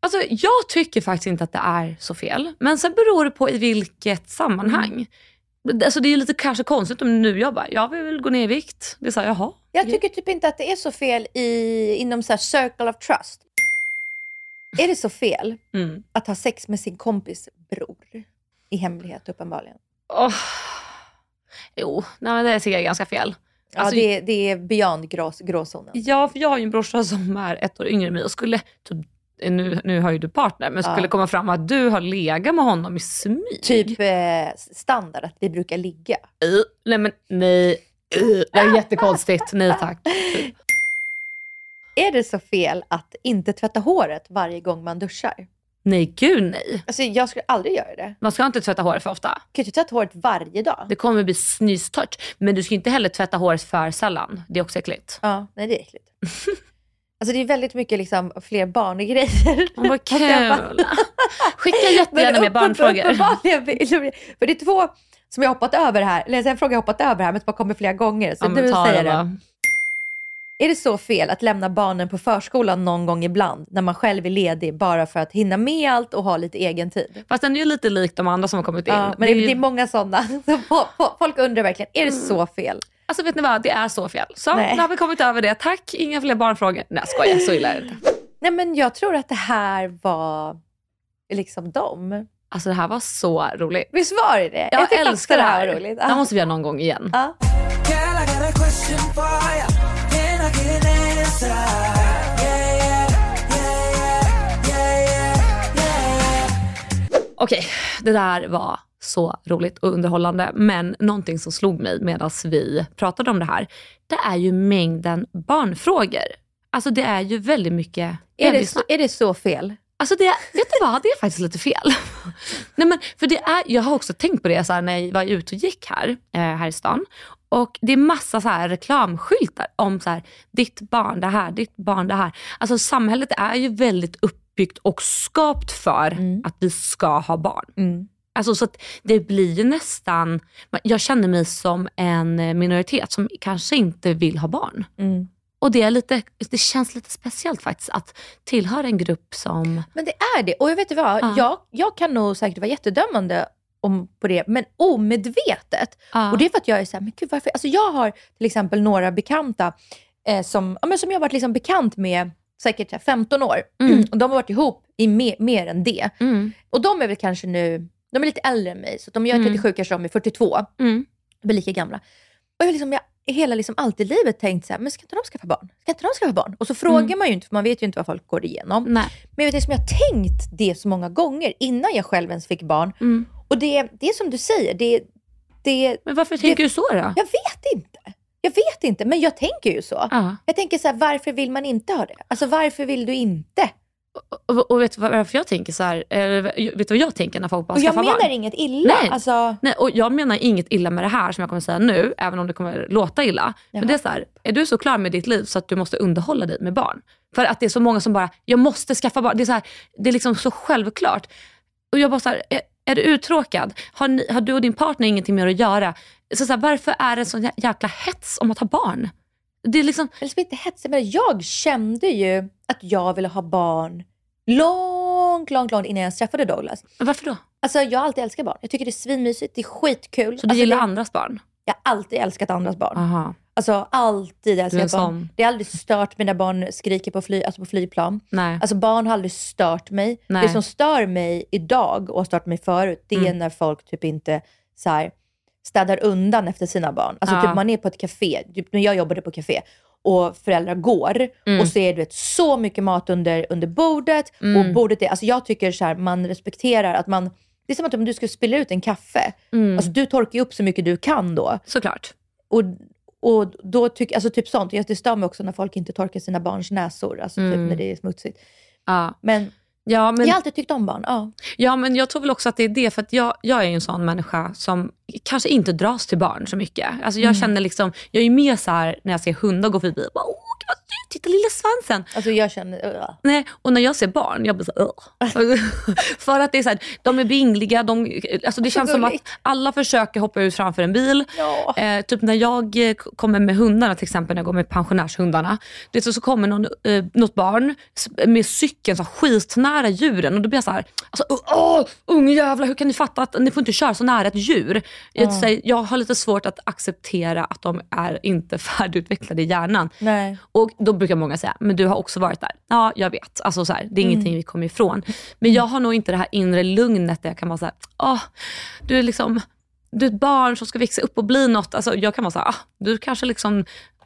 D: Alltså, jag tycker faktiskt inte att det är så fel. Men sen beror det på i vilket sammanhang. Alltså, det är ju lite kanske konstigt om nu jag bara, jag vill gå ner i vikt. Det sa jag, jaha.
C: Jag tycker typ inte att det är så fel i, inom så här circle of trust. Är det så fel
D: Mm.
C: att ha sex med sin kompis bror? I hemlighet uppenbarligen.
D: Åh. Jo, nej, men det ser jag ganska fel.
C: Ja,
D: Alltså-
C: det, det är beyond grå, gråzonen.
D: Ja, för jag har ju en brorsa som är ett år yngre än mig och skulle, typ, nu, nu har ju du partner, men
C: Ja.
D: skulle komma fram att du har legat med honom i smyg.
C: typ eh, standard att vi brukar ligga.
D: Äh, Nej men nej. Äh, Det är jättekonstigt. Nej tack.
C: Är det så fel att inte tvätta håret varje gång man duschar?
D: Nej, gud nej.
C: Alltså jag skulle aldrig göra det.
D: Man ska inte tvätta håret för ofta.
C: Kan ju inte tvätta håret varje dag.
D: Det kommer bli snystört. Men du ska inte heller tvätta håret för sällan. Det är
C: *laughs*
D: också äckligt.
C: Ja, nej det är äckligt. alltså det är väldigt mycket liksom fler barngrejer.
D: *laughs* Åh, vad
C: Att jag bara-
D: kul. *laughs* Skicka jättegärna med
C: uppen-
D: barnfrågor.
C: uppenbarligen vill- För det är två som jag hoppat över här, eller en fråga jag hoppat över här men som har kommit flera gånger. Så
D: Ja, men
C: du
D: ta
C: säger
D: det
C: det.
D: bara.
C: Är det så fel att lämna barnen på förskolan någon gång ibland när man själv är ledig bara för att hinna med allt och ha lite egen tid?
D: Fast den är ju lite lik de andra som har kommit in.
C: Ja, men
D: det
C: det,
D: är ju,
C: det är många sådana. *laughs* Så fo- fo- Folk undrar verkligen, är det så fel?
D: Alltså vet ni vad, det är så fel. Så,
C: Nej.
D: nu har vi kommit över det. Tack, inga fler barnfrågor. Nej jag skojar, så illa är det inte.
C: Nej men jag tror att det här var liksom dem.
D: Alltså det här var så roligt.
C: Visst var det det?
D: Jag,
C: tyckte också
D: älskar det här.
C: var roligt.
D: Det här måste vi göra någon gång igen.
C: Ja.
F: Girl, I got a question for ya. Can I get an answer? Yeah, yeah, yeah, yeah, yeah, yeah, yeah, yeah.
D: Okej, det där var så roligt och underhållande. Men någonting som slog mig medan vi pratade om det här, det är ju mängden barnfrågor. Alltså det är ju väldigt mycket
C: Är, det,
D: bebissnack.
C: så- är det så fel?
D: Alltså det, vet du vad, det är faktiskt lite fel. *laughs* Nej men, för det är, jag har också tänkt på det så här, när jag var ute och gick här, eh, här i stan. Och det är massa så här reklamskyltar om så här, ditt barn det här, ditt barn det här. Alltså samhället är ju väldigt uppbyggt och skapt för att vi ska ha barn. Alltså så att det blir ju nästan, jag känner mig som en minoritet som kanske inte vill ha barn. Och det, är lite, det känns lite speciellt faktiskt att tillhöra en grupp som
C: Men det är det. Och jag vet ju vad,
D: Ja.
C: jag, jag kan nog säkert vara jättedömande om, på det, men omedvetet.
D: Ja.
C: Och det är för att jag är såhär, men gud varför? Alltså jag har till exempel några bekanta eh, som, ja, men som jag har varit liksom bekant med säkert så här 15 år. *clears throat* Och de har varit ihop i mer, mer än det.
D: Mm.
C: Och de är väl kanske nu, de är lite äldre än mig, så de jag är
D: Mm.
C: 37 kanske de är 42.
D: Mm.
C: Vi är lika gamla. Och jag har liksom, jag hela liksom alltid livet tänkt så här, men ska inte de skaffa barn? Ska inte de skaffa barn?
D: Mm.
C: Och så frågar man ju inte, för man vet ju inte vad folk går igenom.
D: Nej.
C: Men jag vet liksom, jag har tänkt det så många gånger innan jag själv ens fick barn.
D: Mm.
C: Och det, det är som du säger, det, det,
D: Men varför tänker du så då?
C: jag vet inte. Jag vet inte, men jag tänker ju så.
D: Ja.
C: Jag tänker så här, varför vill man inte ha det? Alltså varför vill du inte?
D: Och, och vet du vad- varför jag tänker så här? Eller, vet du vad jag tänker när folk bara
C: Och jag
D: skaffar
C: menar
D: barn?
C: inget illa.
D: Nej.
C: Alltså,
D: Nej, och jag menar inget illa med det här som jag kommer säga nu, även om det kommer låta illa. Men det är så här, är du så klar med ditt liv så att du måste underhålla dig med barn? För att det är så många som bara, jag måste skaffa barn. Det är, så här, det är liksom så självklart. Och jag bara så här, är, är du uttråkad? Har, ni, har du och din partner ingenting mer att göra? Så så här, varför är det en sån jä- jäkla hets om att ha barn? Det är liksom,
C: eller som inte hetsar, men jag kände ju att jag ville ha barn långt, långt, långt innan jag träffade Douglas.
D: varför då?
C: Alltså jag har alltid älskat barn. Jag tycker det är svinmysigt, det är skitkul.
D: Så du
C: alltså,
D: gillar
C: det,
D: andras barn?
C: Jag har alltid älskat andras barn.
D: Aha.
C: Alltså alltid
D: Du är
C: älskat
D: en
C: barn.
D: sån.
C: Det har aldrig stört mig när barn skriker på, fly, alltså på flygplan.
D: Nej.
C: Alltså barn har aldrig stört mig.
D: Nej. Mm.
C: Det som stör mig idag och har stört mig förut, det är när folk typ inte så här, städar undan efter sina barn. Alltså
D: Ja.
C: typ man är på ett café, typ när jag jobbade på café och föräldrar går
D: Mm.
C: och så är det så mycket mat under, under bordet.
D: Mm.
C: Och bordet är, alltså jag tycker så här, man respekterar att man, det är som att om du skulle spilla ut en kaffe,
D: Mm.
C: alltså du torkar ju upp så mycket du kan då.
D: Såklart.
C: Och, och då tycker, alltså typ sånt. Jag- Det stör mig också när folk inte torkar sina barns näsor, alltså
D: Mm.
C: typ när det är smutsigt.
D: Ja.
C: Men,
D: Ja, men,
C: jag har
D: ja.
C: alltid tyckt om barn. Ja.
D: men jag tror väl också att det är det, för att jag, jag är ju en sån människa som kanske inte dras till barn så mycket. Alltså jag känner liksom, jag är ju mer så här när jag ser hundar gå förbi, bara, åh, vad dyrt, titta lilla svansen.
C: Alltså jag känner, uh.
D: Nej, och när jag ser barn, jag blir såhär, *laughs* För att det är såhär, de är vingliga, de, alltså det känns som att
C: gulligt.
D: alla försöker hoppa ut framför en bil.
C: Ja.
D: Eh, typ när jag eh, k- kommer med hundarna till exempel, när jag går med pensionärshundarna. Det är så, så kommer någon, eh, något barn s- med cykeln så här skitnära djuren och då blir jag såhär, alltså, åh, unga jävlar hur kan ni fatta att ni får inte köra så nära ett djur? Jag, säger, jag har lite svårt att acceptera att de är inte *laughs* färdigutvecklade i hjärnan.
C: Nej.
D: Och då brukar många säga, men du har också varit där. Ja, jag vet. Alltså, så här, det är ingenting vi kommer ifrån. Men jag har nog inte det här inre lugnet där jag kan vara så här, "Åh, du är liksom du är ett barn som ska växa upp och bli något. Alltså, jag kan vara så här, "Ah, du kanske liksom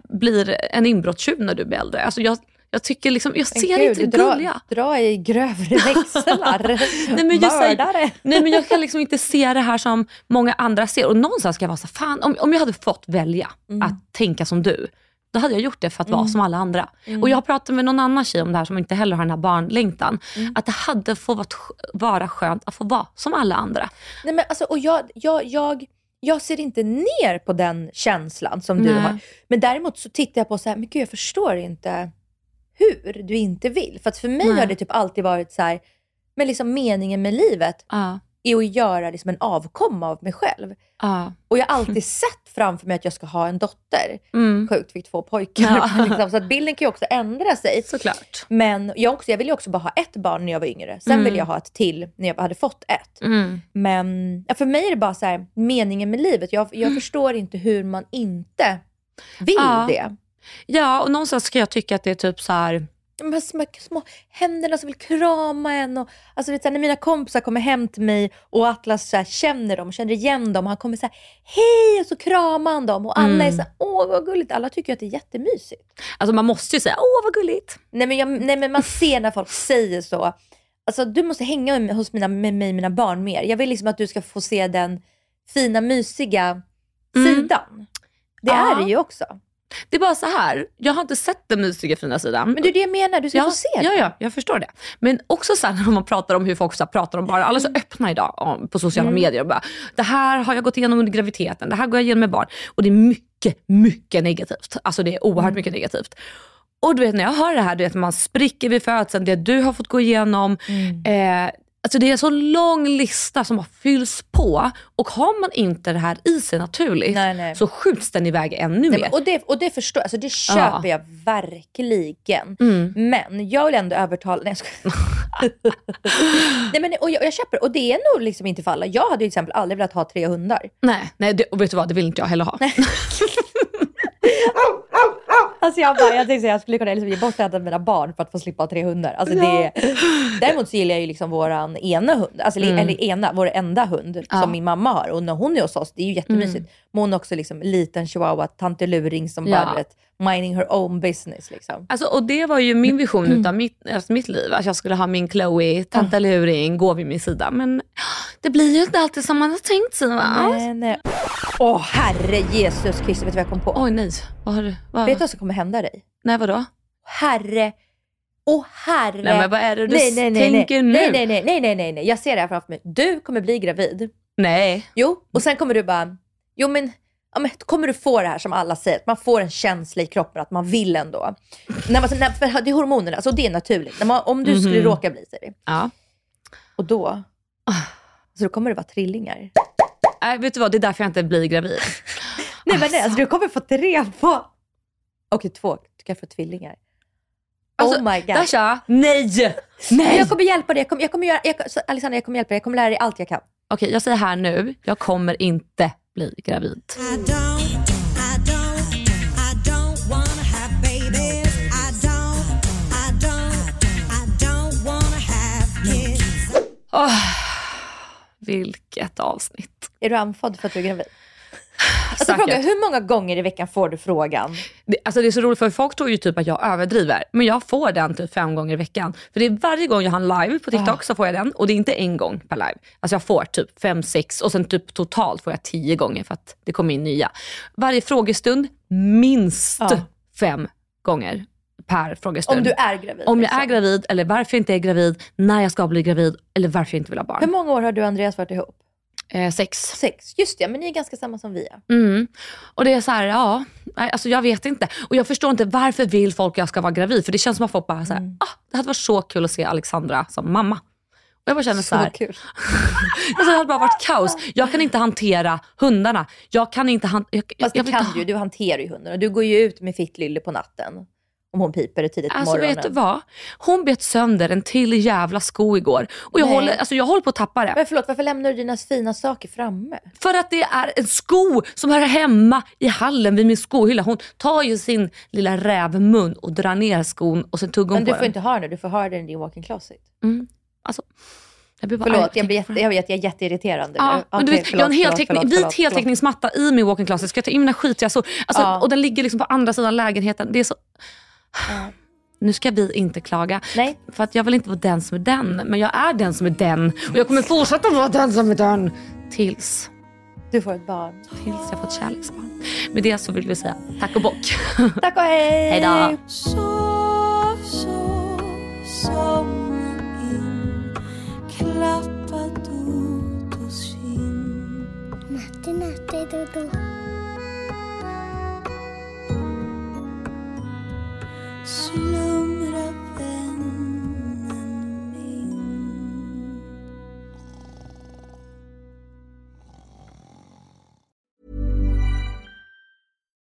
D: blir en inbrottstjuv när du blir äldre. Alltså, jag, jag, tycker liksom, jag
C: Men
D: ser
C: gud,
D: inte det
C: dra,
D: gulliga.
C: dra i grövre
D: *laughs*
C: växlar.
D: Nej, men jag,
C: Mördare.
D: säger, nej, men jag kan liksom inte se det här som
C: Mm.
D: många andra ser. Och någonstans ska jag vara så här, fan om, om jag hade fått välja att tänka som du, då hade jag gjort det för att vara som alla andra.
C: Mm.
D: Och Jag har pratat med någon annan tjej om det här som inte heller har den här barnlängtan.
C: Mm.
D: Att det hade fått vara- vara skönt att få vara som alla andra.
C: Nej, men alltså, och jag, jag, jag, jag ser inte ner på den känslan som du
D: Nej.
C: har. Men däremot så tittar jag på så här, men gud jag förstår inte hur du inte vill. För att för mig
D: Nej.
C: har det typ alltid varit så här, men liksom meningen med livet
D: Ja,
C: är att göra liksom en avkomma av mig själv.
D: ja.
C: Och jag har
D: *laughs*
C: alltid sett framför mig att jag ska ha en dotter.
D: Mm.
C: Sjukt, fick två pojkar.
D: Ja.
C: *laughs* Liksom, så att bilden kan ju också ändra sig.
D: Såklart.
C: Men jag, också, jag ville ju också bara ha ett barn när jag var yngre. Sen
D: Mm.
C: ville jag ha ett till när jag hade fått ett.
D: Mm.
C: Men ja, för mig är det bara så här, meningen med livet. Jag, jag förstår inte hur man inte vill
D: Mm. Ja.
C: det.
D: Ja, och någonstans kan jag tycka att det är typ så här...
C: De här små, små händerna som vill krama en. Och, alltså, vet du, när mina kompisar kommer hem till mig och Atlas så här, känner dem, känner igen dem. Han kommer så här, hej! Och så kramar han dem. Och alla
D: Mm.
C: är så här, åh vad gulligt. Alla tycker ju att det är jättemysigt.
D: Alltså man måste ju säga, åh vad gulligt.
C: Nej men, jag, nej men man ser när folk säger så. Alltså du måste hänga med, hos mina, med mig mina barn mer. Jag vill liksom att du ska få se den fina mysiga
D: Mm.
C: sidan. Det
D: Ja.
C: är det ju också.
D: Det är bara så här, jag har inte sett den mysiga fina sidan.
C: Men det är det jag menar, du ska
D: ja,
C: få se
D: ja,
C: det.
D: ja, jag förstår det. Men också sen när man pratar om hur folk så här pratar om barn. Alla är så öppna idag om- på sociala
C: Mm.
D: medier och bara, det här har jag gått igenom under graviditeten, det här går jag igenom med barn. Och det är mycket, mycket negativt. Alltså det är
C: Mm.
D: oerhört mycket negativt. Och du vet när jag hör det här, du vet när man spricker vid födseln, det du har fått gå igenom.
C: Mm.
D: Eh, alltså det är en så lång lista som bara fylls på och har man inte det här i sig naturligt
C: Nej, nej.
D: så skjuts den iväg ännu
C: Nej,
D: mer.
C: men, och, det, och det förstår alltså det köper jag verkligen. Men jag vill ändå övertala... Nej, jag *laughs* skojar. nej, men, och jag, jag köper och det är nog liksom inte för alla. Jag hade ju till exempel aldrig velat ha tre hundar.
D: Nej, nej det, och vet du vad, det vill inte jag heller ha.
C: Alltså jag, bara, jag tänkte säga jag skulle kunna liksom ge bort en av mina barn för att få slippa ha tre hundar. Alltså det, däremot så gillar jag ju liksom våran ena hund, alltså, eller- eller ena, vår enda hund som min mamma har. Och när hon är hos oss, det är ju jättemysigt. Men hon är också liksom liten chihuahua, tante luring som
D: Ja.
C: bara vet, mining her own business. Liksom.
D: Alltså, och det var ju min vision
C: mm.
D: utav mitt, alltså mitt liv, att jag skulle ha min
C: Ah.
D: Chloe, tanta luring, gå vid min sida. Men det blir ju inte alltid som man har tänkt sig va?
C: Men, eh, åh herre Jesus Kristus, vet du vad jag kom på?
D: Oj nej, vad har du? Vad,
C: Vet du vad som kommer hända dig?
D: nej vadå?
C: Herre, åh herre.
D: Nej, men vad är det du tänker
C: nej, Nej,
D: nu?
C: nej, nej, nej, nej, nej. Jag ser det här framför mig. Du kommer bli gravid.
D: Nej.
C: Jo, och sen kommer du bara, jo men, ja, men kommer du få det här som alla säger, att man får en känsla i kroppen att man vill ändå. när man, när, för det är hormonerna, alltså det är naturligt. När man, om du skulle
D: Mhm.
C: råka bli säger vi.
D: Ja.
C: Och då,
D: Ah.
C: så då kommer det vara trillingar.
D: Nej, Äh, vet du vad, det är därför jag inte blir
C: *laughs* Oh
D: gravid.
C: Nej men nej, alltså, du kommer få tre barn. Okej, två. Du kan få tvillingar.
D: Alltså,
C: oh my god.
D: Dasha, nej!
C: Men
D: Nej!
C: Jag kommer hjälpa dig. Jag kommer, jag kommer göra, jag, så, Alexandra, jag kommer hjälpa dig. Jag kommer lära dig allt jag kan.
D: Okej, jag säger här nu, jag kommer inte bli gravid.
C: Mm.
F: I don't, I don't, I don't wanna have babies. I don't, I don't, I don't wanna have kids.
D: Åh, vilket avsnitt.
C: Är du anfådd för att du är gravid? Alltså
D: Säkert.
C: fråga, hur många gånger i veckan får du frågan?
D: Det, alltså det är så roligt för folk tror ju typ att jag överdriver, men jag får den typ fem gånger i veckan. För det är varje gång jag har en live på TikTok så får jag den och det är inte en gång per live. Alltså jag får typ fem, sex och sen typ totalt får jag tio gånger för att det kommer in nya. Varje frågestund minst
C: Ja.
D: fem gånger per frågestund.
C: Om du är gravid.
D: Om jag är
C: liksom.
D: gravid eller varför jag inte är gravid, när jag ska bli gravid eller varför jag inte vill ha
C: Hur
D: barn.
C: många år har du och Andreas varit ihop?
D: Eh, sex.
C: Sex. Just det, men ni är ganska samma som vi är.
D: Mm. Och det är så här, ja, nej, alltså jag vet inte. Och jag förstår inte varför vill folk att jag ska vara gravid? För det känns som att folk bara så här,
C: Mm.
D: ah, det hade varit så kul att se Alexandra som mamma. Och jag bara känner så, här,
C: kul.
D: alltså det hade bara varit kaos. Jag kan inte hantera hundarna. Jag kan inte han, jag, jag,
C: Fast
D: jag
C: det
D: vill inte
C: kan du ju, du hanterar ju hunden. Och du går ju ut med Fittlylle på natten. Om hon piper tidigt på
D: Alltså
C: morgonen.
D: vet du vad? Hon bet sönder en till jävla sko igår. Och jag
C: Nej.
D: håller, alltså jag håller på att tappa det.
C: Men förlåt, varför lämnar du dina fina saker framme?
D: För att det är en sko som hör hemma i hallen vid min skohylla. Hon tar ju sin lilla rävmun och drar ner skon och sen tuggar hon
C: Men
D: på
C: du får
D: den.
C: inte ha den nu, du får ha den i din walk-in closet.
D: Alltså, Jag blir bara arg
C: Förlåt,
D: på
C: jag, blir
D: TikTok.
C: jätte, jag vet, jag är jätteirriterande.
D: Ja,
C: Okej,
D: men du vet, jag har en
C: förlåt,
D: heltäckning,
C: förlåt, förlåt,
D: vit heltäckningsmatta i min walk-in closet. Ska jag ta in mina skitiga så, alltså,
C: Ja.
D: Och den ligger liksom på andra sidan lägenheten. Det är så... Nu ska vi inte klaga.
C: Nej.
D: För att jag vill inte vara den som är den. Men jag är den som är den. Och jag kommer fortsätta vara den som är den. Tills
C: förlåt. Du får ett barn.
D: Tills jag fått kärleksbarn. Med det så vill vi säga tack och bock.
C: Tack och hej!
D: Hej då!
E: Så, så, somnar in Klappad Dodos kind Natte, natte, Dodo Slumra vännen min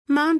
G: Mom